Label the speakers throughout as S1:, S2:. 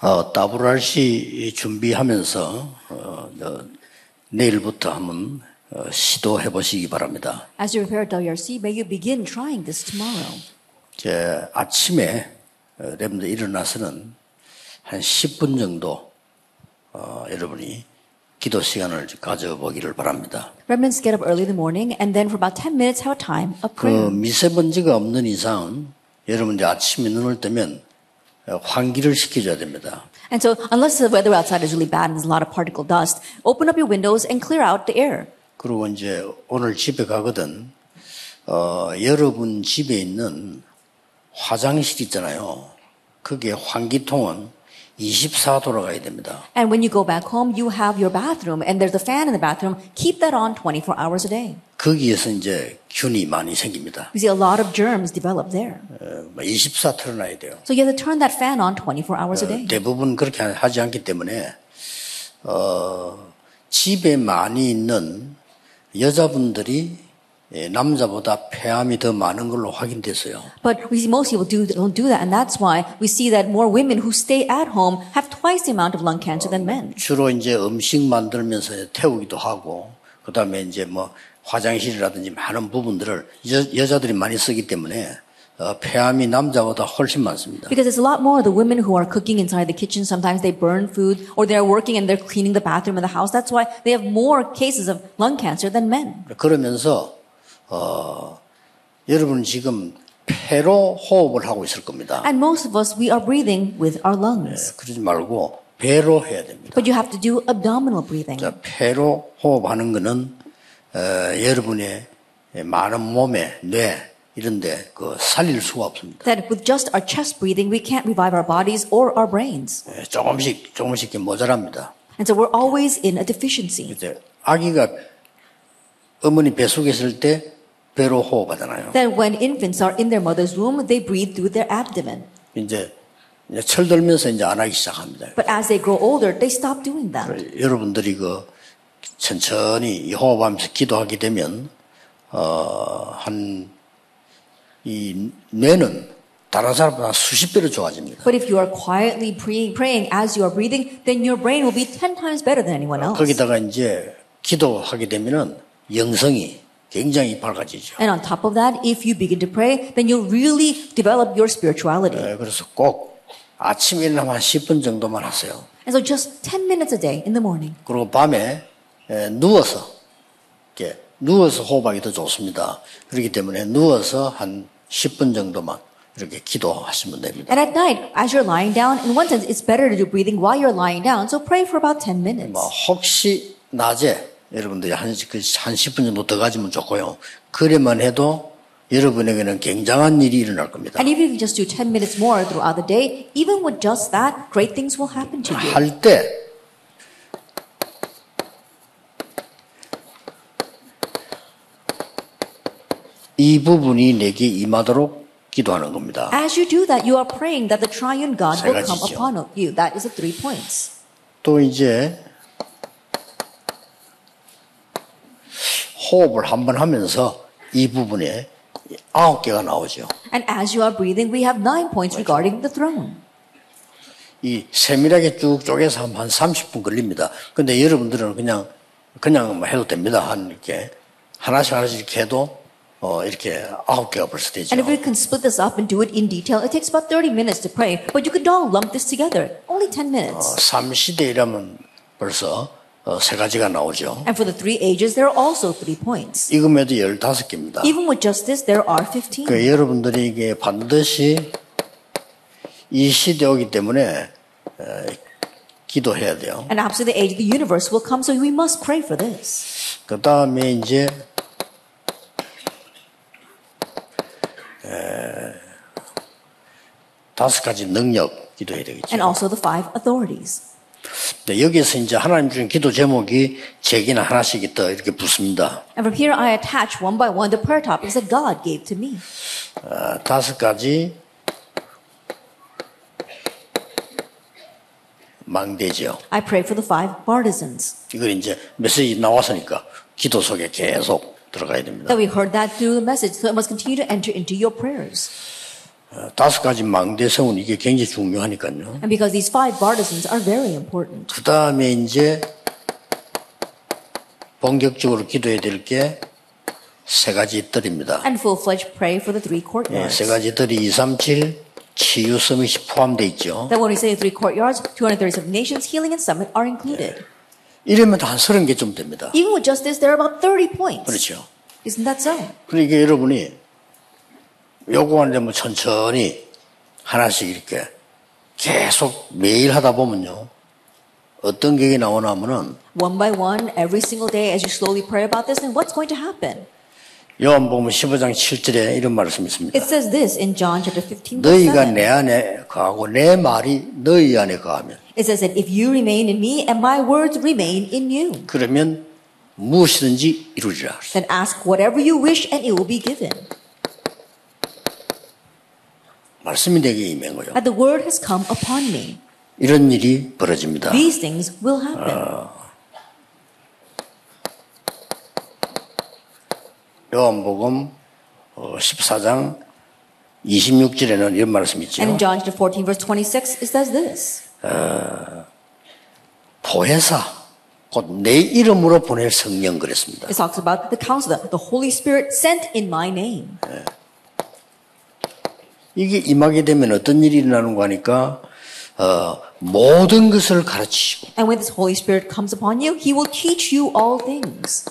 S1: 어, WRC 준비하면서 어, 어, 내일부터 한번 어, 시도해 보시기 바랍니다.
S2: As you prepare WRC, may you begin trying this tomorrow.
S1: 이제 예, 아침에 어, 여러분들 일어나서는 한 10분 정도 어, 여러분이 기도 시간을 가져보기를 바랍니다.
S2: Remnants get up early in the morning, and then for about 10 minutes, have a time of
S1: 그
S2: prayer.
S1: 미세먼지가 없는 이상 여러분 이제 아침에 눈을 뜨면 어, 환기를 시켜줘야 됩니다.
S2: And so, unless the weather outside is really bad and there's a lot of particle dust, open up your windows and clear out the air.
S1: 그리고 이제 오늘 집에 가거든 어, 여러분 집에 있는 화장실 있잖아요. 그게 환기통은 24도로 가야 됩니다.
S2: And when you go back home, you have your bathroom, and there's a fan in the bathroom. Keep that on 24 hours a day.
S1: 거기에서 이제 균이 많이 생깁니다.
S2: We see a lot of germs develop there.
S1: 24 틀어놔야 돼요.
S2: So you have to turn that fan on 24 hours a day.
S1: 대부분 그렇게 하- 하지 않기 때문에 어, 집에 많이 있는 여자분들이 예, 남자보다 폐암이 더 많은 걸로 확인됐어요.
S2: But we see most people do, don't do that, and that's why we see that more women who stay at home have twice the amount of lung cancer than men.
S1: 주로 이제 음식 만들면서 태우기도 하고 그다음에 이제 뭐 화장실이라든지 많은 부분들을 여, 여자들이 많이 쓰기 때문에 어, 폐암이 남자보다 훨씬 많습니다.
S2: Because it's a lot more the women who are cooking inside the kitchen. Sometimes they burn food, or they're working and they're cleaning the bathroom and the house. That's why they have more cases of lung cancer than men.
S1: 그러면서 어, 여러분은 지금 폐로 호흡을 하고 있을 겁니다.
S2: And most of us, we are breathing with our lungs.
S1: 그러지 말고 배로 해야 됩니다.
S2: But you have to do abdominal breathing.
S1: 자, 폐로 호흡하는 거는 어, 여러분의 많은 몸에 뇌 이런데 그 살릴 수가 없습니다.
S2: That with just our chest breathing, we can't revive our bodies or our brains.
S1: 예, 조금씩 조금씩 이렇게 모자랍니다.
S2: And so we're always in a deficiency.
S1: 이제 아기가 어머니 배 속에 있을 때 배로 호흡하잖아요.
S2: That when infants are in their mother's womb, they breathe through their abdomen.
S1: 이제, 이제 철들면서 이제 안 하기 시작합니다.
S2: But as they grow older, they stop doing that.
S1: 여러분들이 그 천천히 이 호흡하면서 기도하게 되면 어, 어한이 뇌는 다른 사람보다 수십 배로 좋아집니다.
S2: But if you are quietly praying, praying as you are breathing, then your brain will be 10 times better than anyone else.
S1: 거기다가 이제 기도하게 되면은 영성이 굉장히 밝아지죠.
S2: And on top of that, if you begin to pray, then you'll really develop your spirituality.
S1: 예, 그래서 꼭 아침 일어나면 한 10분 정도만 하세요.
S2: And so just 10 minutes a day in the morning.
S1: 그리고 밤에 에, 누워서 이렇게 누워서 호흡하기 더 좋습니다. 그렇기 때문에 누워서 한 10분 정도만 이렇게 기도하시면 됩니다.
S2: And at night, as you're lying down, in one sense, it's better to do breathing while you're lying down. So pray for about 10 minutes.
S1: 뭐 혹시 낮에 여러분들이 한, 시- 그한 10분 정도 더 가지면 좋고요. 그래만 해도 여러분에게는 굉장한 일이 일어날 겁니다.
S2: And if you can just do 10 minutes more throughout the day, even with just that, great things will happen to you.
S1: 할 때 이 부분이 내게 임하도록 기도하는 겁니다.
S2: As you do that, you are praying that the triune God will come
S1: 세 가지죠.
S2: upon you. That is the three points.
S1: 또 이제 호흡을 한번 하면서 이 부분에 아홉 개가 나오죠.
S2: And as you are breathing, we have nine points regarding the throne.
S1: 이 세밀하게 쭉 쪼개서 하면 한 30분 걸립니다. 근데 여러분들은 그냥 그냥 뭐 해도 됩니다. 한 이렇게 하나씩 하나씩 이렇게 해도 어 이렇게 아홉 개가 벌써 되죠.
S2: And if we can split this up and do it in detail, it takes about 30 minutes to pray, but you could all lump this together. Only 10 minutes.
S1: 어, 삼시대이라면 벌써 어, 세 가지가 나오죠.
S2: And for the three ages, there are also three points.
S1: 이금에도 15개입니다.
S2: Even with just this, there are 15.
S1: 그 여러분들이 이게 반드시 이 시대 오기 때문에 에, 기도해야 돼요.
S2: And after the age of the universe will come, so we must pray for this.
S1: 그 다음에 이제 에, 다섯 가지 능력 기도해야 되겠죠.
S2: And also the five authorities.
S1: 근데 여기서 이제 하나님 주신 기도 제목이 제기는 하나씩 있다 이렇게 붙습니다.
S2: And from here, I attach one by one the prayer topics that God gave to me.
S1: 아, 다섯 가지 망대죠.
S2: I pray for the five partisans.
S1: 이걸 이제 메시지 나왔으니까 기도 속에 계속 들어가야 됩니다.
S2: That we heard that through the message, so it must continue to enter into your prayers.
S1: 어, 다섯 가지 망대 세운 이게 굉장히 중요하니까요.
S2: And because these five bartisans are very important.
S1: 그 다음에 이제 본격적으로 기도해야 될 게 세 가지 뜰입니다.
S2: And full fledged pray for the three
S1: 예,
S2: courtyards.
S1: 세 가지 뜰이 2, 3, 7 치유 서밋이 포함되어 있죠.
S2: That when we say three courtyards, 237 nations, healing, and summit are included.
S1: 이러면 한 서른 개 좀 됩니다.
S2: Even with just this, there are about 30 points.
S1: 그렇죠.
S2: Isn't that so?
S1: 그러니까 여러분이 요구하는데 뭐 천천히 하나씩 이렇게 계속 매일 하다 보면요. 어떤 계획이 나오냐면은
S2: One by one, every single day, as you slowly pray about this, then what's going to happen?
S1: 요한복음 15장 7절에 이런 말씀이 있습니다.
S2: It says this in John chapter 15, verse
S1: 너희가
S2: 7.
S1: 내 안에 거하고 내 말이 너희 안에 거하면
S2: It says that if you remain in me and my words remain in you,
S1: 그러면 무엇이든지 이루리라.
S2: then ask whatever you wish and it will be given.
S1: 말씀이 내게 임한 거요.
S2: That the word has come upon me.
S1: 이런 일이 벌어집니다.
S2: These things will happen.
S1: 요한복음 어, 14장 26절에는 이런 말씀이
S2: And in
S1: 있죠.
S2: John chapter 14, verse 26, it says this
S1: 보혜사 곧 내 이름으로 보낼 성령 그랬습니다.
S2: it talks about the counselor, the Holy Spirit sent in my name.
S1: 이게 임하게 되면 어떤 일이 일어나는 거니까 어, 모든 것을 가르치시고
S2: And when this Holy Spirit comes upon you, he will teach you all things.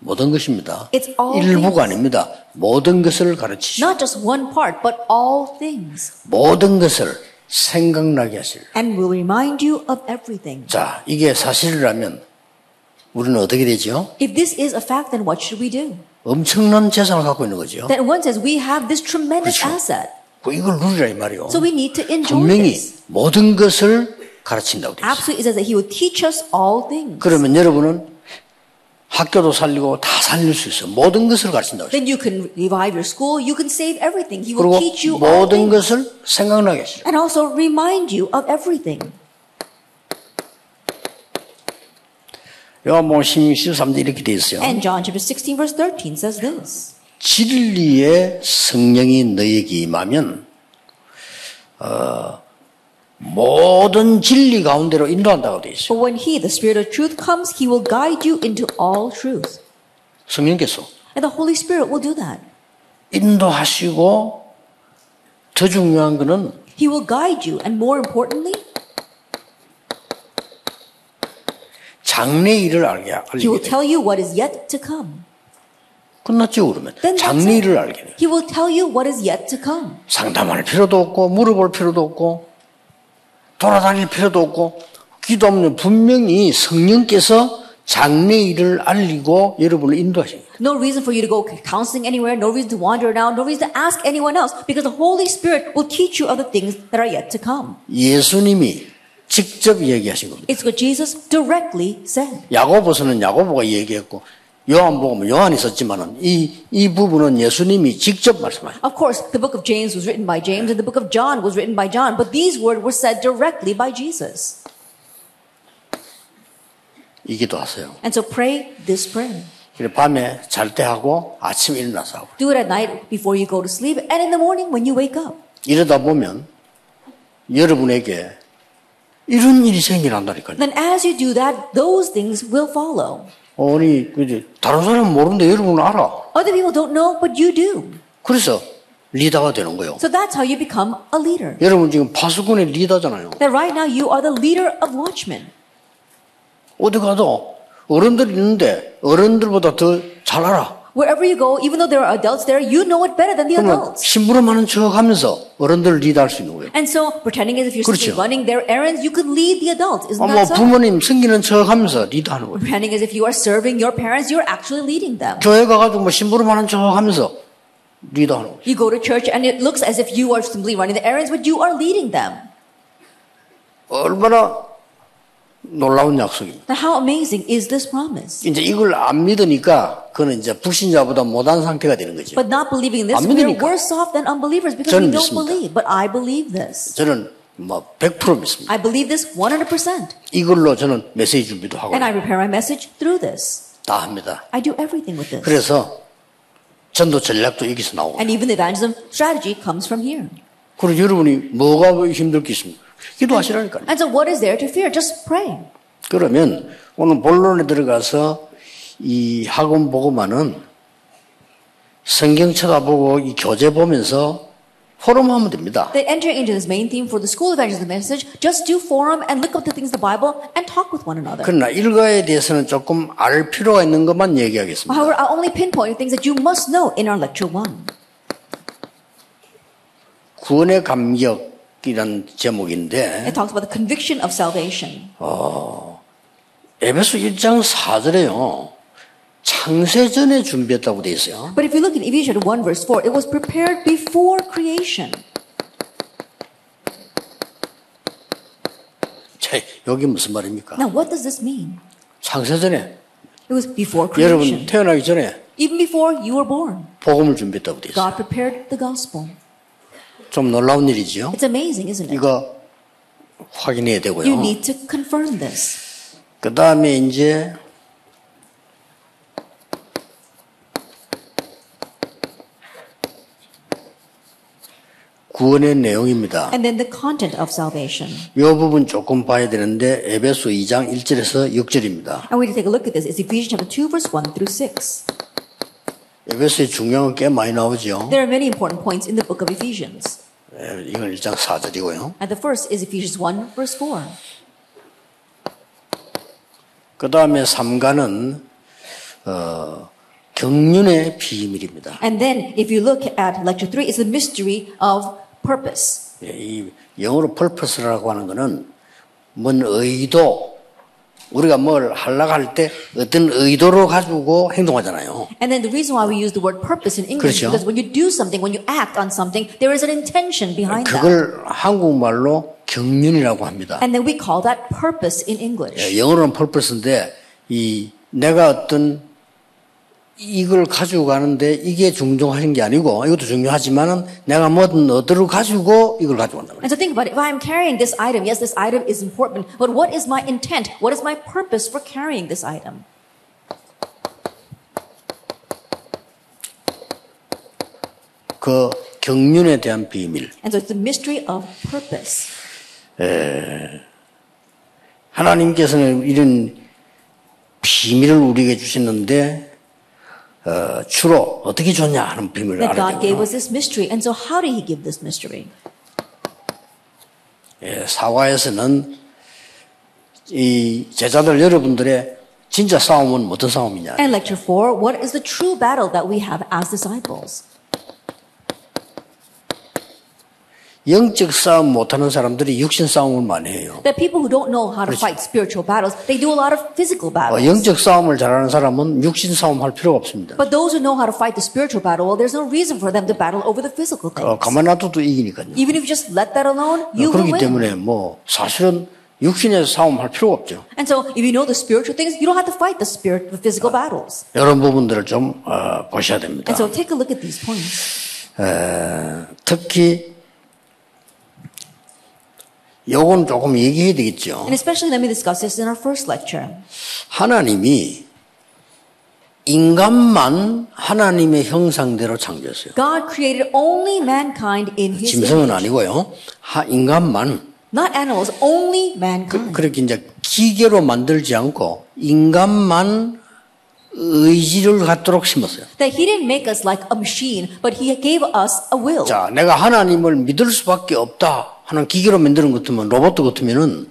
S1: 모든 것입니다.
S2: It's all things.
S1: 일부가 아닙니다. 모든 것을 가르치시고
S2: Not just one part, but all things.
S1: 모든 것을 생각나게 하실.
S2: And will remind you of everything.
S1: 자, 이게 사실이라면 우리는 어떻게 되죠?
S2: If this is a fact, then what should we do?
S1: 엄청난 재산을 갖고 있는 거죠.
S2: Then one says we have this tremendous
S1: 그렇죠.
S2: asset.
S1: 그 이걸 누리라 이 말이요.
S2: So we need to enjoy
S1: 분명히
S2: this.
S1: 모든 것을 가르친다고 되어 있어요.
S2: Absolutely, it says that He will teach us all things.
S1: 그러면 여러분은 학교도 살리고 다 살릴 수 있어요. 모든 것을 가르친다고 했어요.
S2: Then you can revive your school. You can save everything. He will teach
S1: 그리고
S2: you all
S1: 모든
S2: things,
S1: 것을 생각나게 했어요.
S2: and also remind you of everything.
S1: 요한복음 뭐 13도 이렇게 되어 있어요.
S2: And John chapter 16, verse 13 says this.
S1: 진리의 성령이 너에게 임하면 어, 모든 진리 가운데로 인도한다고 되어 있어요.
S2: For when He, the Spirit of truth, comes, He will guide you into all truth.
S1: 성령께서
S2: And the Holy Spirit will do that.
S1: 인도하시고 더 중요한 거는
S2: He will guide you, and more importantly,
S1: 장래 일을 알게 알게
S2: He will
S1: 돼요.
S2: tell you what is yet to come.
S1: 끝났죠 그러면
S2: Then that's
S1: 장래
S2: it.
S1: 일을 알게 돼요.
S2: He will tell you what is yet to come.
S1: 상담할 필요도 없고 물어볼 필요도 없고 돌아다닐 필요도 없고 기도하면 분명히 성령께서 장래 일을 알리고 여러분을 인도하십니다.
S2: No reason for you to go counseling anywhere, no reason to wander around, no reason to ask anyone else, because the Holy Spirit will teach you of the things that are yet to come.
S1: 예수님이 직접 얘기하신 겁니다.
S2: It's what Jesus directly said.
S1: 야고보서는 야고보가 얘기했고 요한복음은 요한이 썼지만은 이, 이 부분은 예수님이 직접 말씀하셨어요.
S2: Of course, the book of James was written by James and the book of John was written by John, but these words were said directly by Jesus.
S1: 이기도 하세요.
S2: And so pray this prayer.
S1: 그래 밤에 잘 때 하고 아침에 일어나서 하고
S2: Do it at night before you go to sleep and in the morning when you wake up.
S1: 이러다 보면 여러분에게 이런 일이 생겨난다니까요.
S2: Then as you do that, those things will follow.
S1: 아니 그지 다른 사람은 모르는데 여러분은 알아.
S2: Other people don't know, but you do.
S1: 그래서 리더가 되는 거예요.
S2: So that's how you become a leader.
S1: 여러분 지금 파수꾼의 리더잖아요.
S2: That right now you are the leader of watchmen.
S1: 어디 가도 어른들 있는데 어른들보다 더 잘 알아.
S2: Wherever you go, even though there are adults there, you know it better than the
S1: 그러면
S2: adults.
S1: 심부름하는 척하면서 어른들을 리드할 수 있는 거예요. 아,
S2: And so, pretending as if you're
S1: 그렇죠.
S2: simply running their errands, you could lead the adults. Isn't
S1: 아, 뭐
S2: that so?
S1: 부모님 생기는 척하면서 리드하는 거예요.
S2: Pretending as if you are serving your parents, you're actually leading them.
S1: 교회 가가지고 뭐 심부름하는 척하면서 리드하는 거예요.
S2: You go to church and it looks as if you are simply running the errands, but you are leading them.
S1: 얼마나 놀라운 약속입니다.
S2: Now, how amazing is this promise?
S1: 이제 이걸 안 믿으니까 그는 이제 불신자보다 못한 상태가 되는 거죠.
S2: But not believing in this,
S1: 안
S2: we are
S1: 믿으니까.
S2: worse off than unbelievers because we
S1: 저는
S2: don't
S1: 믿습니다.
S2: believe. But I believe this.
S1: 저는 뭐 100% 믿습니다.
S2: I believe this 100%.
S1: 이걸로 저는 메시지 준비도 하고
S2: And I prepare my message through this.
S1: 다 합니다.
S2: I do everything with this.
S1: 그래서 전도 전략도 여기서 나오고.
S2: And even the evangelism strategy comes from here.
S1: 그럼 여러분이 뭐가 왜 힘들 게 있습니까? 기도하시라니까요.
S2: And so, what is there to fear? Just pray.
S1: 그러면 오늘 본론에 들어가서 이 학원 보고만은 성경 쳐다보고 이 교재 보면서 포럼하면 됩니다.
S2: That entering into this main theme for the school evangelism message, just do forum and look up the things in the Bible and talk with one another.
S1: 그러나 일과에 대해서는 조금 알 필요가 있는 것만 얘기하겠습니다.
S2: However, I'll only pinpoint things that you must know in our lecture one.
S1: 구원의 감격이란 제목인데
S2: It talks about the conviction of salvation.
S1: 에베소 1장 4절에요. 창세전에 준비했다고 돼 있어요.
S2: But if you look in Ephesians chapter 1 verse 4, it was prepared before creation.
S1: 자, 여기 무슨 말입니까?
S2: Now, what does this mean?
S1: 창세전에
S2: It was before
S1: 여러분
S2: creation.
S1: 태어나기 전에
S2: Even before you were born,
S1: 복음을 준비했다고 돼 있어요.
S2: God prepared the gospel.
S1: 좀 놀라운 일이지요.
S2: It's amazing, isn't it?
S1: 이거 확인해야
S2: You
S1: 되고요.
S2: need to confirm this.
S1: 그 다음에 이제 구원의 내용입니다.
S2: And then the content of salvation.
S1: 이 부분 조금 봐야 되는데 에베소 2장 1절에서 6절입니다.
S2: And we need to take a look at this. It's Ephesians chapter 2 verse 1 through 6.
S1: 에베소의 중요한 건 꽤 많이 나오죠.
S2: There are many important points in the book of Ephesians.
S1: 예, 이건 1장 4절이고요.
S2: And the first is Ephesians 1 verse 4.
S1: 그 다음에 3가는 어, 경륜의 비밀입니다.
S2: And then if you look at lecture 3, it's the mystery of purpose.
S1: 예, 이 영어로 purpose라고 하는 거는 뭔 의도 우리가 뭘 하려고 할 때 어떤 의도로 가지고 행동하잖아요.
S2: And then the reason why we use the word purpose in English
S1: 그렇죠.
S2: is because when you do something, when you act on something, there is an intention behind that.
S1: 그걸 한국말로 경륜이라고 합니다.
S2: And then we call that purpose in English.
S1: 예, 영어로는 purpose인데 이 내가 어떤 이걸 가지고 가는데 이게 중요한 게 아니고 이것도 중요하지만은 내가 뭐든 어디로 가지고 이걸 가져간다.
S2: And so think about it. If I'm carrying this item, yes, this item is important, but what is my intent? What is my purpose for carrying this item?
S1: 그 경륜에 대한 비밀.
S2: And so it's the mystery of purpose.
S1: 하나님께서는 이런 비밀을 우리에게 주셨는데 어, 주로 어떻게 줬냐 하는 비밀을
S2: That
S1: 알아야
S2: God gave
S1: 되고요.
S2: us this mystery. And so how did He give this mystery?
S1: 예, 사과에서는 이 제자들 여러분들의 진짜 싸움은 어떤 싸움이냐.
S2: And lecture four, what is the true battle that we have as disciples?
S1: 영적 싸움 못하는 사람들이 육신 싸움을 많이 해요.
S2: That people who don't know how to fight spiritual battles, they do a lot of physical
S1: 어,
S2: battles.
S1: 영적 싸움을 잘하는 사람은 육신 싸움 할 필요가 없습니다.
S2: But those who know how to fight the spiritual battle, well, there's no reason for them to battle over the physical things.
S1: 어, 가만 놔둬도 이기니까요.
S2: Even if you just let that alone, you
S1: 어,
S2: will
S1: 그렇기
S2: win.
S1: 때문에 뭐 사실은 육신에서 싸움 할 필요가 없죠.
S2: And so, if you know the spiritual things, you don't have to fight the spirit, the physical battles.
S1: 이런 부분들을 좀 어, 보셔야 됩니다.
S2: And so, take a look at these points.
S1: 특히 요건 조금 얘기해야 되겠죠.
S2: And especially, let me discuss this in our first lecture.
S1: 하나님이 인간만 하나님의 형상대로 창조했어요.
S2: God created only mankind in His
S1: 짐승은
S2: image,
S1: 아니고요. 하, 인간만
S2: not animals, only mankind.
S1: 그렇게 이제 기계로 만들지 않고 인간만 의지를 갖도록 심었어요.
S2: That He didn't make us like a machine, but He gave us a will.
S1: 자, 내가 하나님을 믿을 수밖에 없다 하는 기계로 만드는 것 같으면 로봇 같으면은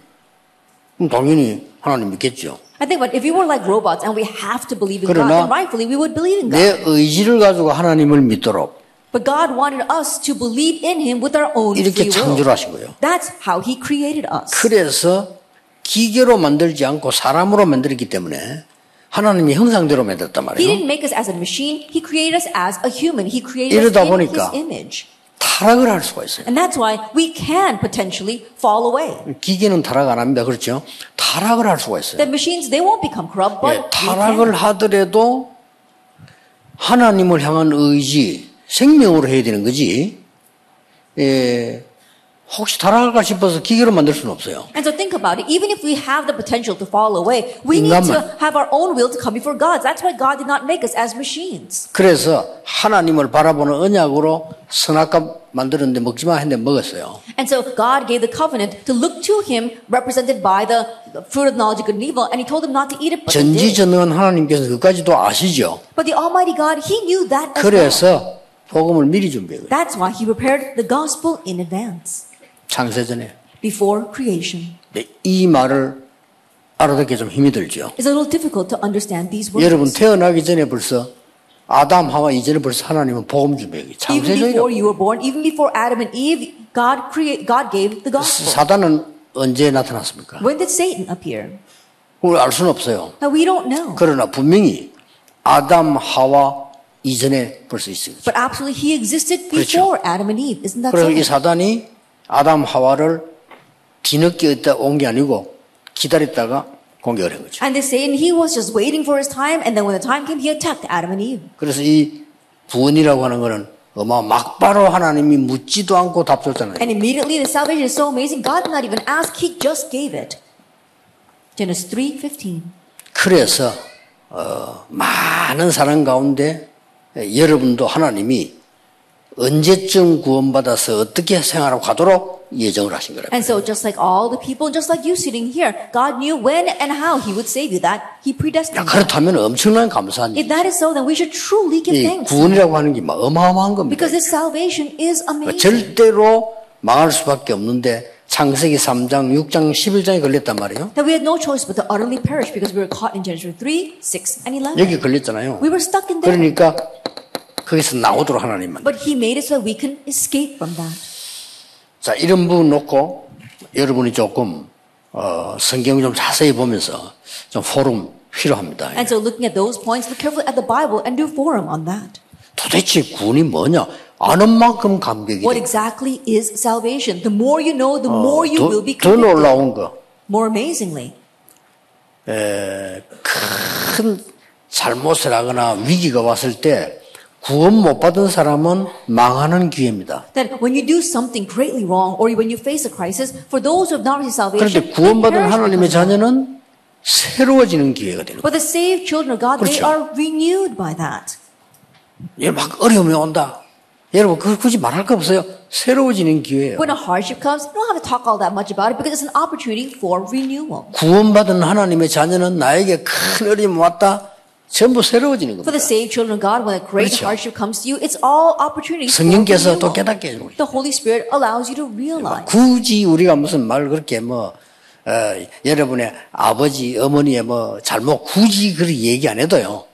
S1: 그럼 당연히 하나님 믿겠죠.
S2: I think, but if we were like robots and we have to believe in God,
S1: 그러나
S2: then rightfully we would believe in God.
S1: 내 의지를 가지고 하나님을 믿도록
S2: But God wanted us to believe in Him with our own
S1: 이렇게
S2: free
S1: 창조를
S2: will.
S1: 하신 거예요.
S2: That's how He created us.
S1: 그래서 기계로 만들지 않고 사람으로 만들었기 때문에 하나님의 형상대로 만들었단
S2: He
S1: 말이에요.
S2: didn't make us as a machine. He created us as a human. He created
S1: 이러다
S2: us in His
S1: 보니까
S2: image.
S1: 타락을 할 수가 있어요.
S2: And that's why we can potentially fall away.
S1: 기계는 타락 안 합니다. 그렇죠? 타락을 할 수가 있어요.
S2: That machines, they won't become corrupt,
S1: 예,
S2: but we can.
S1: 타락을 하더라도 하나님을 향한 의지, 생명으로 해야 되는 거지. 예, 혹시 타락할까 싶어서 기계로 만들 수는 없어요.
S2: And so think about it. Even if we have the potential to fall away, we need to
S1: 인간만.
S2: have our own will to come before God. That's why God did not make us as machines.
S1: 그래서 하나님을 바라보는 언약으로 선악과 만들었는데 먹지마 했는데 먹었어요.
S2: And so God gave the covenant to look to Him, represented by the fruit of knowledge of good and evil, and He told them not to eat it. But, they did.
S1: 전지전능한 하나님께서 그까지도 아시죠.
S2: but the Almighty God, He knew that as well.
S1: 그래서 복음을 미리 준비해요.
S2: That's why He prepared the gospel in advance,
S1: 창세전에.
S2: before creation.
S1: 근데 이 말을 알아듣기 좀 힘이 들죠.
S2: It's a little difficult to understand these
S1: 여러분
S2: words.
S1: 태어나기 전에 벌써 아담 하와 이전에 벌써 하나님은 복음 준비하기
S2: Even before
S1: 창세전에
S2: you were born, even before Adam and Eve, God create, God gave the gospel.
S1: 사단은 언제 나타났습니까?
S2: When did Satan appear?
S1: 그걸 알 수는 없어요.
S2: Now we don't know.
S1: 그러나 분명히 아담 하와 이전에 벌써 있습니다.
S2: But absolutely, he existed
S1: 그렇죠.
S2: before Adam and Eve. Isn't that
S1: 그래서 이
S2: so?
S1: 사단이 아담 하와를 뒤늦게 온 게 아니고 기다렸다가 공격을 한 거죠.
S2: And they say, and he was just waiting for his time, and then when the time came, he attacked Adam and Eve.
S1: 그래서 이 구원이라고 하는 거는 어마 막바로 하나님이 묻지도 않고 답줬잖아요.
S2: And immediately, the salvation is so amazing. God did not even ask; He just gave it. Genesis three fifteen.
S1: 그래서 어, 많은 사람 가운데 예, 여러분도 하나님이 언제쯤 구원받아서 어떻게 생활하고 가도록 예정을 하신 거랍니다.
S2: And so, just like all the people, just like you sitting here, God knew when and how He would save you. That He predestined. you.
S1: 그렇다면 엄청난 감사한 일.
S2: If that is so, then we should truly give
S1: 이
S2: thanks
S1: 구원이라고 하는 게 막 어마어마한 겁니다.
S2: because this salvation is
S1: 그러니까
S2: amazing.
S1: 절대로 망할 수밖에 없는데 창세기 3장, 6장, 11장에 걸렸단 말이에요.
S2: That we had no choice but to utterly perish because we were caught in Genesis three six and eleven.
S1: 여기 걸렸잖아요.
S2: We were stuck in there.
S1: 그러니까 거기서 나오도록 하나님만.
S2: But he made it so that we can escape from that.
S1: 자, 이런 부분 놓고 여러분이 조금 어, 성경을 좀 자세히 보면서 좀 포럼 필요합니다.
S2: And so looking at those points, look carefully at the Bible and do forum on that.
S1: 도대체 구원이 뭐냐? 아는 만큼 감격이
S2: What
S1: 돼.
S2: exactly is salvation? The more you know, the
S1: Oh,
S2: more you will be
S1: 어, 더, 더
S2: convicted.
S1: 놀라운 거.
S2: More amazingly,
S1: 큰 잘못을 하거나 위기가 왔을 때 구원 못 받은 사람은 망하는 기회입니다.
S2: that when you do something greatly wrong or when you face a crisis, for those who have not received salvation,
S1: 그런데
S2: they
S1: 구원받은
S2: perish
S1: 하나님의
S2: because of that.
S1: 자녀는 새로워지는 기회가 되는 거예요.
S2: But the saved children of God, they
S1: 그렇죠.
S2: are renewed by that.
S1: 예, 막 어려움이 온다. 여러분, 그걸 굳이 말할 거 없어요. 새로워지는 기회예요.
S2: When a hardship comes, you don't have to talk all that much about it because it's an opportunity for renewal.
S1: 구원받은 하나님의 자녀는 나에게 큰 어려움이 왔다. 전부 새로워지는
S2: For the
S1: 겁니다.
S2: saved children of God, when a great
S1: 그렇죠.
S2: hardship comes to you, it's all opportunity for
S1: 성령께서 또
S2: renewal.
S1: 깨닫게 해주고 있어요.
S2: The Holy Spirit allows you to realize.
S1: 굳이 우리가 무슨 말 그렇게 뭐 어, 여러분의 아버지 어머니의 뭐 잘못 굳이 그렇게 얘기 안 해도요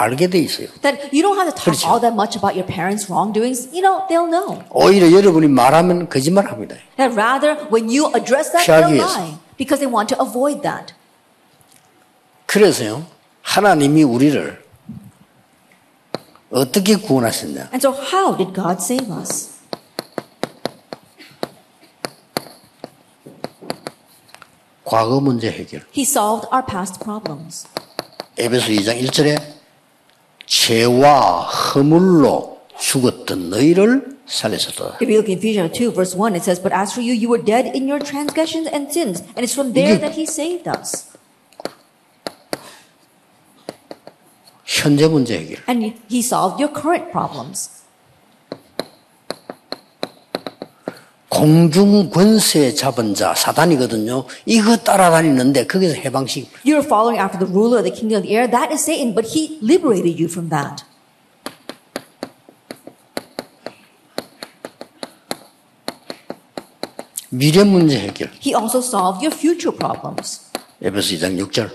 S1: 알게 돼 있어요.
S2: That you don't have to talk
S1: 그렇죠.
S2: all that much about your parents' wrongdoings. You know, they'll know.
S1: 오히려 여러분이 말하면 거짓말합니다.
S2: That rather, when you address that,
S1: 피하기
S2: they'll
S1: 위해서.
S2: lie. Because they want to avoid that.
S1: 그래서요 하나님이 우리를 어떻게 구원하셨냐?
S2: And so, how did God save us?
S1: 과거 문제 해결.
S2: He solved our past problems.
S1: 에베소 2장 1절에 죄와 허물로 죽었던 너희를 살리셨다.
S2: If you look in Ephesians 2, verse 1, it says, But as for you, you were dead in your transgressions and sins. And it's from there
S1: 이게-
S2: that He saved us.
S1: 현재 문제 해결.
S2: And He solved your current problems.
S1: 공중 권세 잡은 자 사단이거든요. 이거 따라다니는데 거기서 해방식
S2: You're following after the ruler of the kingdom of the air. That is Satan, but he liberated you from that.
S1: 미래 문제 해결.
S2: He also solved your future problems.
S1: 에베소 2장 6절.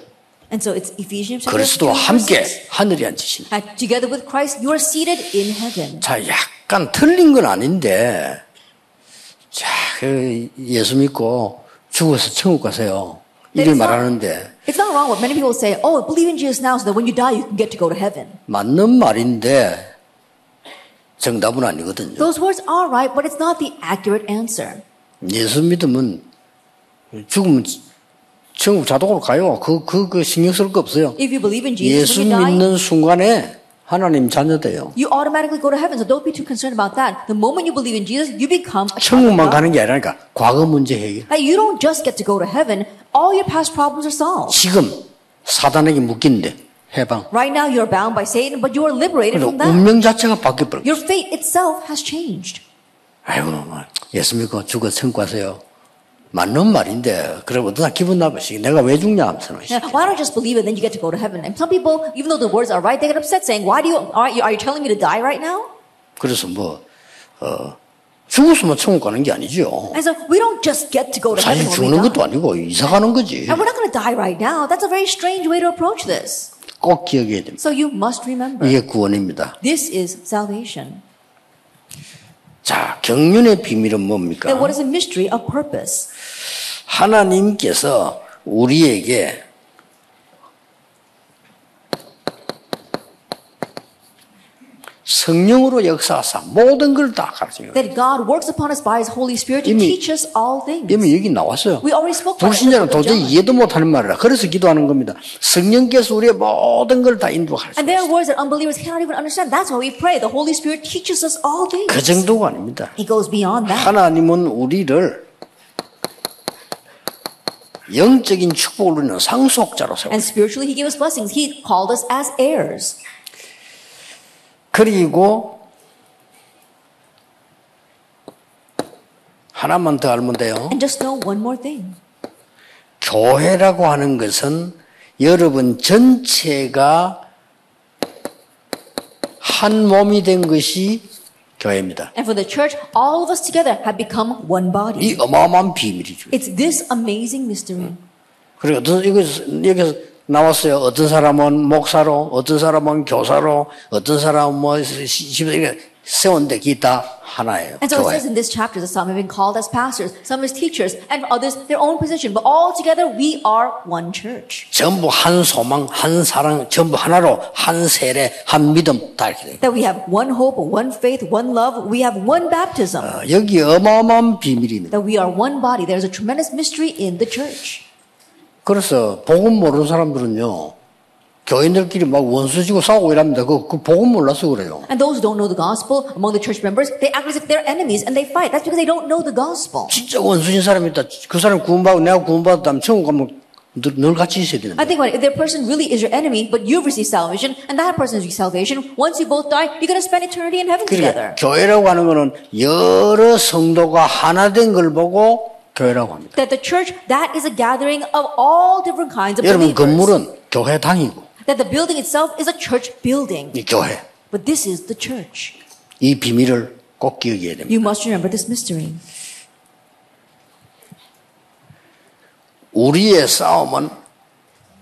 S2: And so it's Ephesians chapter 2,
S1: 그리스도와
S2: verse
S1: 함께
S2: 6.
S1: 하늘에 앉으신.
S2: And together with Christ, you are seated in heaven.
S1: 자, 약간 틀린 건 아닌데. 자, 그 예수 믿고 죽어서 천국 가세요. 이래 말하는데
S2: It's not wrong what many people say, oh, believe in Jesus now so that when you die, you can get to go to heaven.
S1: 맞는 말인데 정답은 아니거든요.
S2: Those words are right, but it's not the accurate answer.
S1: 예수 믿으면 죽으면 천국 자동으로 가요. 그, 그, 그 신경 쓸 거 없어요.
S2: If you believe in Jesus,
S1: 예수
S2: when you die,
S1: 믿는 순간에 하나님 자녀돼요.
S2: You automatically go to heaven, so don't be too concerned about that. The moment you believe in Jesus, you become a child of
S1: 천국만
S2: God.
S1: 가는 게 아니라니까 과거 문제 해결.
S2: That you don't just get to go to heaven, all your past problems are solved.
S1: 지금 사단에게 묶인데 해방.
S2: Right now you're bound by Satan, but you are liberated
S1: 그래서
S2: from that.
S1: 운명 자체가 바뀌어 버려.
S2: Your fate itself has changed.
S1: 아이고 뭐, 예수 믿고 죽어 천국하세요. 맞는 말인데 그럼 어떠나 기분 나쁘시. 내가 왜 죽냐 하면서.
S2: Yeah, why don't just believe it, then you get to go to heaven? And some people, even though the words are right, they get upset saying, Why do you are you, are you telling me to die right now?
S1: 그래서 뭐 어, 죽었으면 천국 가는 게 아니죠.
S2: And so we don't just get to go to
S1: 사실
S2: heaven. When
S1: 죽는
S2: we die.
S1: 것도 아니고 이사 가는 거지.
S2: And we're not going to die right now. That's a very strange way to approach this.
S1: 꼭 기억해야 됩니다.
S2: So you must remember
S1: 이게 구원입니다.
S2: this is salvation.
S1: 자, 경륜의 비밀은 뭡니까?
S2: Then what is the mystery of purpose?
S1: 하나님께서 우리에게 성령으로 역사하사 모든 걸 다 가르쳐요.
S2: That God works upon us by His Holy Spirit to
S1: 이미-
S2: teach us all things.
S1: 이미 여기 나왔어요.
S2: We already spoke about it in
S1: 불신자는
S2: the book of
S1: 도저히
S2: John.
S1: 이해도 못하는 말이라. 그래서 기도하는 겁니다. 성령께서 우리의 모든 걸 다 인도할 수
S2: And there
S1: 있어요.
S2: are words that unbelievers cannot even understand. That's why we pray. The Holy Spirit teaches us all things.
S1: 그 정도가 아닙니다.
S2: It goes beyond that.
S1: 하나님은 우리를 영적인 축복을 누리는 상속자로 세워요.
S2: And spiritually, He gave us blessings. He called us as heirs.
S1: 그리고 하나만 더 알면 돼요.
S2: And just know one more thing.
S1: 교회라고 하는 것은 여러분 전체가 한 몸이 된 것이 교회입니다.
S2: And for the church, all of us together have become one body.
S1: 이 어마어마한 비밀이죠.
S2: It's this amazing mystery.
S1: 그리고 어떤, 여기서, 여기서 나왔어요. 어떤 사람은 목사로, 어떤 사람은 교사로, 어떤 사람은 뭐, 시- 시- 이렇게 세운데 그게 다 하나예요.
S2: And so it
S1: 교회.
S2: says in this chapter that some have been called as pastors, some as teachers, and others their own position. But all together, we are one church.
S1: 전부 한 소망, 한 사랑, 전부 하나로 한 세례, 한 믿음 다 이렇게 돼요.
S2: That we have one hope, one faith, one love. We have one baptism.
S1: 어, 여기 어마어마한 비밀입니다.
S2: that we are one body. There's a tremendous mystery in the church.
S1: 그래서 복음 모르는 사람들은요, 교인들끼리 막 원수지고 싸우고 이랍니다. 그, 그 복음 몰라서 그래요.
S2: And those who don't know the gospel among the church members, they act as if they're enemies and they fight. That's because they don't know the gospel.
S1: 진짜 원수인 사람이 있다. 그 사람 구원받고 내가 구원받았다면 천국 가면 늘, 늘 같이 있어야 되는데.
S2: I think about it. If that person really is your enemy, but you've received salvation and that person has received salvation, once you both die, you're going to spend eternity in heaven
S1: 그러니까
S2: together.
S1: 교회라고 하는 거는 여러 성도가 하나 된 걸 보고 교회라고 합니다.
S2: That the church, that is a gathering of all different kinds of
S1: 여러분
S2: believers.
S1: 건물은 교회당이고
S2: That the building itself is a church building.
S1: 이 교회
S2: But this is the church.
S1: 이 비밀을 꼭 기억해야 됩니다.
S2: You must remember this mystery.
S1: 우리의 싸움은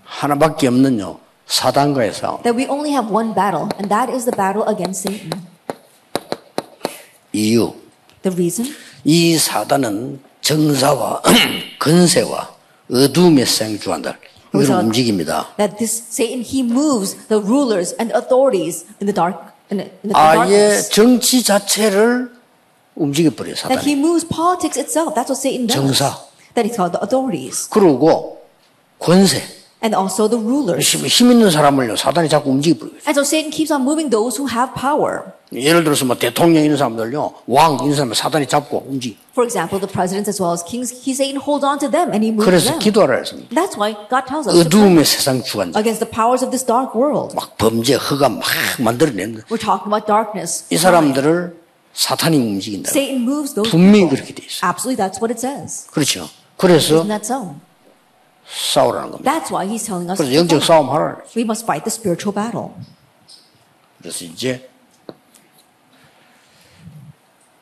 S1: 하나밖에 없는요. 사단과의 싸움.
S2: That we only have one battle, and that is the battle against Satan.
S1: 이유.
S2: The reason?
S1: 이 사단은 정사와 근세와 어둠의 생주한다. 이걸
S2: 우선-
S1: 움직입니다.
S2: that this Satan he moves the rulers and authorities in the dark in the, in the
S1: 아예
S2: darkness.
S1: 정치 자체를 움직여버려요,
S2: That
S1: 사단이.
S2: he moves politics itself. That's what Satan does.
S1: 정사.
S2: That he's called the authorities
S1: 그러고 권세.
S2: and also the rulers.
S1: 힘- 힘 있는 사람을요, 사단이 자꾸 움직여버려요.
S2: And so Satan keeps on moving those who have power.
S1: 예를 들어서 뭐 대통령 이런 사람들요, 왕 이런 사람을 사단이 잡고 움직여.
S2: For example, the presidents as well as kings. He Satan holds on to them and he moves
S1: 음, 그래서
S2: them.
S1: 기도하라 했습니다.
S2: That's why God tells
S1: 아,
S2: us to pray
S1: 어둠의 세상 주관자.
S2: against the powers of this dark world.
S1: 막 범죄, 허감 막 만들어낸다.
S2: We're talking about darkness.
S1: 이 사람들을 사탄이 움직인다.
S2: Satan moves those.
S1: 분명히 그렇게 돼 있어요.
S2: Absolutely, that's what it says.
S1: 그렇죠.
S2: Isn't
S1: 그래서
S2: that so?
S1: 싸우라는 겁니다.
S2: That's why he's telling us.
S1: 그래서
S2: to
S1: 영적
S2: fight.
S1: 싸움 하라는 거죠.
S2: We must fight the spiritual battle.
S1: 그래서 이제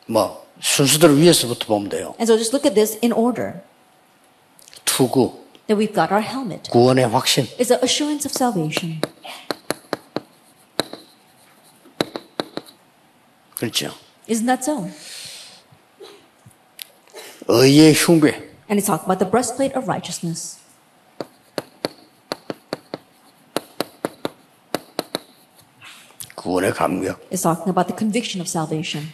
S1: 뭐 순수대로 위에서부터 보면 돼요.
S2: And so just look at this in order.
S1: 투구,
S2: That we've got our helmet.
S1: 구원의 확신,
S2: It's the assurance of salvation.
S1: 그렇죠.
S2: Isn't that so?
S1: 의의 흉배,
S2: And it's talking about the breastplate of righteousness.
S1: 구원의 감격,
S2: It's talking about the conviction of salvation.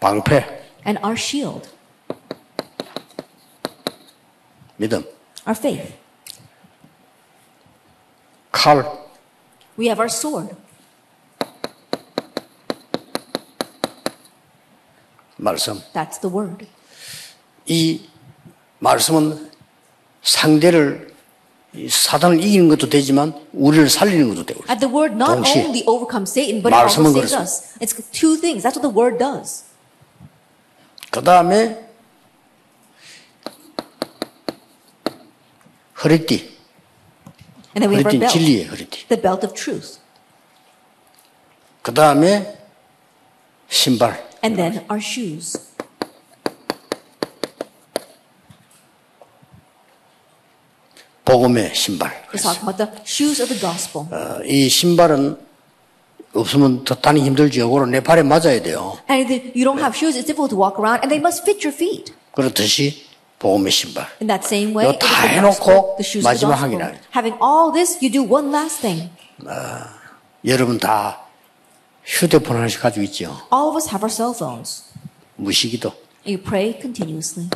S1: 방패,
S2: And our shield,
S1: 믿음,
S2: our faith,
S1: 칼,
S2: We have our sword.
S1: 말씀.
S2: That's the word.
S1: 이 말씀은 상대를 이 사단을 이기는 것도 되지만 우리를 살리는 것도 되고.
S2: At the word, not
S1: 동시에.
S2: only overcomes Satan, but it also
S1: 말씀은
S2: saves
S1: 그렇습니다.
S2: us. It's two things. That's what the word does.
S1: 그 다음에 허리띠.
S2: And then we have our
S1: 허리띠는
S2: belt,
S1: 진리의 허리띠.
S2: the belt of truth.
S1: 그 다음에 신발.
S2: And then our shoes.
S1: 복음의 신발.
S2: It's talking about the shoes of the gospel.
S1: 어, 이 신발은 없으면 더 다니 힘들지요. 그럼 내 발에 맞아야 돼요.
S2: And if you don't have shoes, it's difficult to walk around, and they must fit your feet.
S1: 그렇듯이 복음의 신발.
S2: In that same way,
S1: 이거
S2: it is
S1: 다
S2: the,
S1: 해놓고
S2: gospel, the shoes of the
S1: 마지막
S2: gospel.
S1: 확인하기.
S2: Having all this, you do one last thing.
S1: 여러분 다 휴대폰 하나씩 가지고 있죠.
S2: All of us have our cell phones.
S1: 무시기도.
S2: And you pray continuously.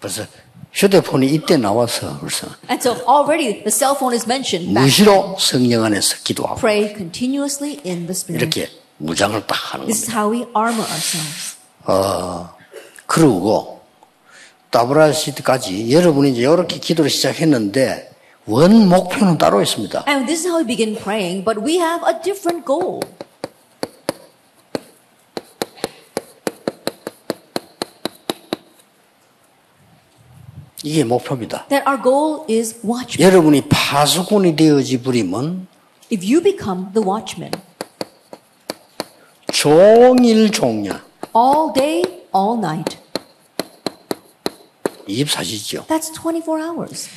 S1: 벌써 휴대폰이 이때 나와서 벌써
S2: And so already the cell phone is mentioned. Back.
S1: 무시로 성령 안에서 기도하고
S2: Pray continuously in the Spirit.
S1: 이렇게 무장을 딱 하는
S2: This is
S1: 겁니다.
S2: how we armor ourselves.
S1: 그러고 따브라시드까지 여러분이 이제 이렇게 기도를 시작했는데 원 목표는 따로 있습니다.
S2: And this is how we begin praying, but we have a different goal.
S1: 이게 목표입니다.
S2: That our goal is watchmen.
S1: 여러분이 파수꾼이 되어지 부리면
S2: If you become the watchman,
S1: 종일 종냐
S2: all day, all night,
S1: 24시죠.
S2: that's 24 hours.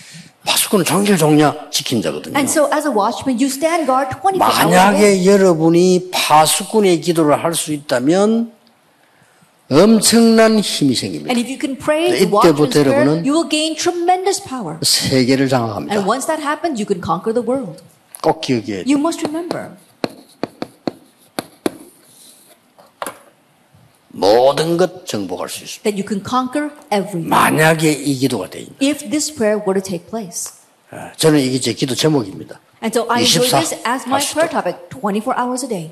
S1: 파수꾼은 종일 종냐 지킨 자거든요.
S2: And so as a watchman, you stand guard 24 hours. a day.
S1: 만약에 여러분이 파수꾼의 기도를 할 수 있다면 엄청난 힘이 생깁니다.
S2: And if you can pray
S1: 네,
S2: the watchman's
S1: 이때부터
S2: prayer,
S1: 여러분은
S2: you will gain tremendous power.
S1: 세계를
S2: And
S1: 장악합니다. 뭐-
S2: once that happens, you can conquer the world.
S1: 꼭 기억해야 돼요.
S2: You must remember,
S1: 모든 것 정복할 수 있습니다.
S2: that you can conquer everything
S1: 만약에 이 기도가 돼 있는. 아,
S2: if this prayer were to take place.
S1: 저는 이게 제 기도 제목입니다.
S2: And so I enjoy
S1: 24
S2: this as my
S1: 하시죠.
S2: prayer topic 24 hours a day.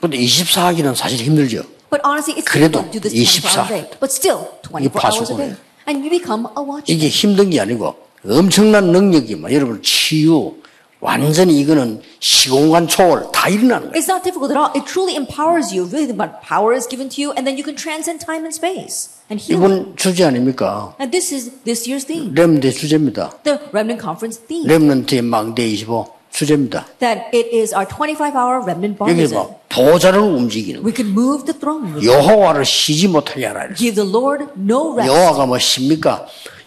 S1: 근데 24하기는 사실 힘들죠.
S2: But honestly, it's
S1: 그래도
S2: difficult to do this 24
S1: 24.
S2: hours a day. But still, 24 hours a
S1: 파수꾼이에요.
S2: day. And you become a watchman.
S1: 이게 힘든 게 아니고 엄청난 능력이 막 여러분 치유 완전히 이거는 시공간 초월 다 일어나는 거예요.
S2: It's not difficult at all. It truly empowers you. Really, but power is given to you, and then you can transcend time and space and heal.
S1: 이번 주제 아닙니까?
S2: and this is this year's theme,
S1: 렘대 주제입니다.
S2: the Remnant Conference theme.
S1: 렘넌트의 망대 25 주제입니다.
S2: that it is our 25-hour remnant
S1: 여기
S2: baptism.
S1: 막 보좌를 움직이는
S2: We can move the throne room.
S1: 거예요. 여호와를 쉬지 못하게 하라. 이랬어요.
S2: Give the Lord no rest.
S1: 여호와가 뭐십니까?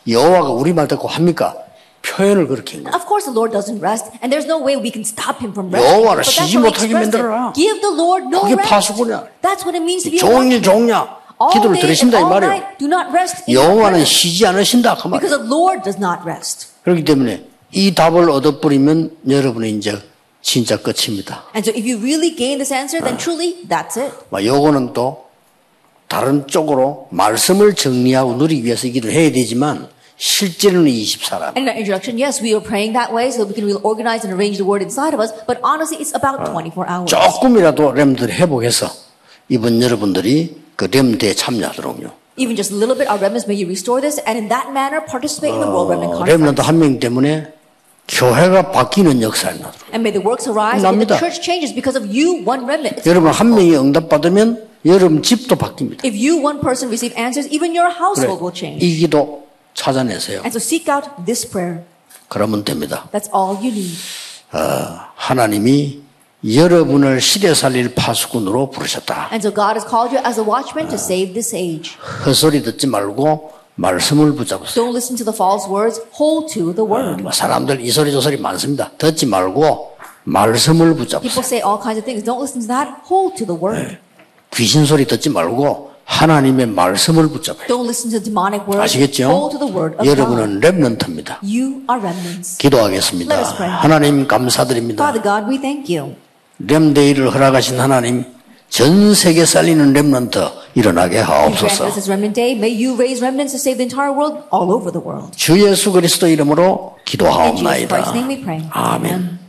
S1: 여호와가 우리 말 듣고 합니까? 표현을 그렇게 했는 거예요.
S2: Of course, the Lord doesn't rest, and there's no way we can stop him from resting.
S1: 여호와를
S2: But that's
S1: 쉬지
S2: how we
S1: 못하게
S2: express
S1: 만들어라.
S2: it. Give the Lord no
S1: 그게
S2: rest.
S1: 파수꾼이야.
S2: That's what it means to be a
S1: 종일
S2: watchman.
S1: 종냐
S2: All
S1: 기도를
S2: day and
S1: 들으신다 이
S2: all
S1: 말이에요.
S2: night, do not rest in your
S1: 여호와는
S2: prayer.
S1: 쉬지 않으신다 그 말이에요.
S2: Because the Lord does not rest.
S1: 그렇기 때문에 이 답을 얻어버리면 여러분의 이제 진짜 끝입니다.
S2: And so if you really gain this answer, then truly, that's it.
S1: 막뭐 요거는 또 다른 쪽으로 말씀을 정리하고 누리기 위해서 기도를 해야 되지만 실제로는 24라.
S2: And in our introduction, yes, we are praying that way so that we can reorganize and arrange the word inside of us, but honestly, it's about 24 hours.
S1: 조금이라도 렘들 회복해서 이번 여러분들이 그 렘대에 참여하도록요.
S2: Even just a little bit, our remnants, may you restore this, and in that manner, participate in the World Remnant
S1: 어,
S2: Conference.
S1: 렘런트 한 명 때문에 교회가 바뀌는 역사에 나도록.
S2: And may the works arise, and may the
S1: 납니다.
S2: church changes because of you, one remnant. It's-
S1: 여러분 한 명이 응답받으면 여러분 집도 바뀝니다.
S2: If you, one person, receive answers, even your
S1: 그래,
S2: household will change.
S1: 이 기도 찾아내세요.
S2: And so seek out this prayer.
S1: 그러면 됩니다.
S2: That's all you need.
S1: 하나님이 여러분을 시대 살릴 파수꾼으로 부르셨다.
S2: And so God has called you as a watchman to save this age.
S1: 그 헛소리 듣지 말고 말씀을 붙잡으세요.
S2: Don't listen to the false words, hold to the word.
S1: 뭐 사람들 이 소리 저 소리 많습니다. 듣지 말고 말씀을 붙잡으세요.
S2: People say all kinds of things. Don't listen to that. Hold to the word.
S1: 귀신 소리 듣지 말고 하나님의 말씀을 붙잡아요.
S2: Don't listen to demonic words.
S1: 아시겠죠?
S2: Hold to the word of God.
S1: 여러분은 랩런트입니다.
S2: You are remnants.
S1: 기도하겠습니다.
S2: Let us pray.
S1: 하나님 감사드립니다.
S2: Father God, we thank you.
S1: 렘데이를 허락하신 하나님 전 세계 살리는 랩런트 일어나게 하옵소서.
S2: This is Remnant Day. May you raise remnants to save the entire world all over the world.
S1: 주 예수 그리스도 이름으로
S2: In Jesus Christ's
S1: 기도하옵나이다.
S2: name we pray.
S1: 아멘.
S2: Amen.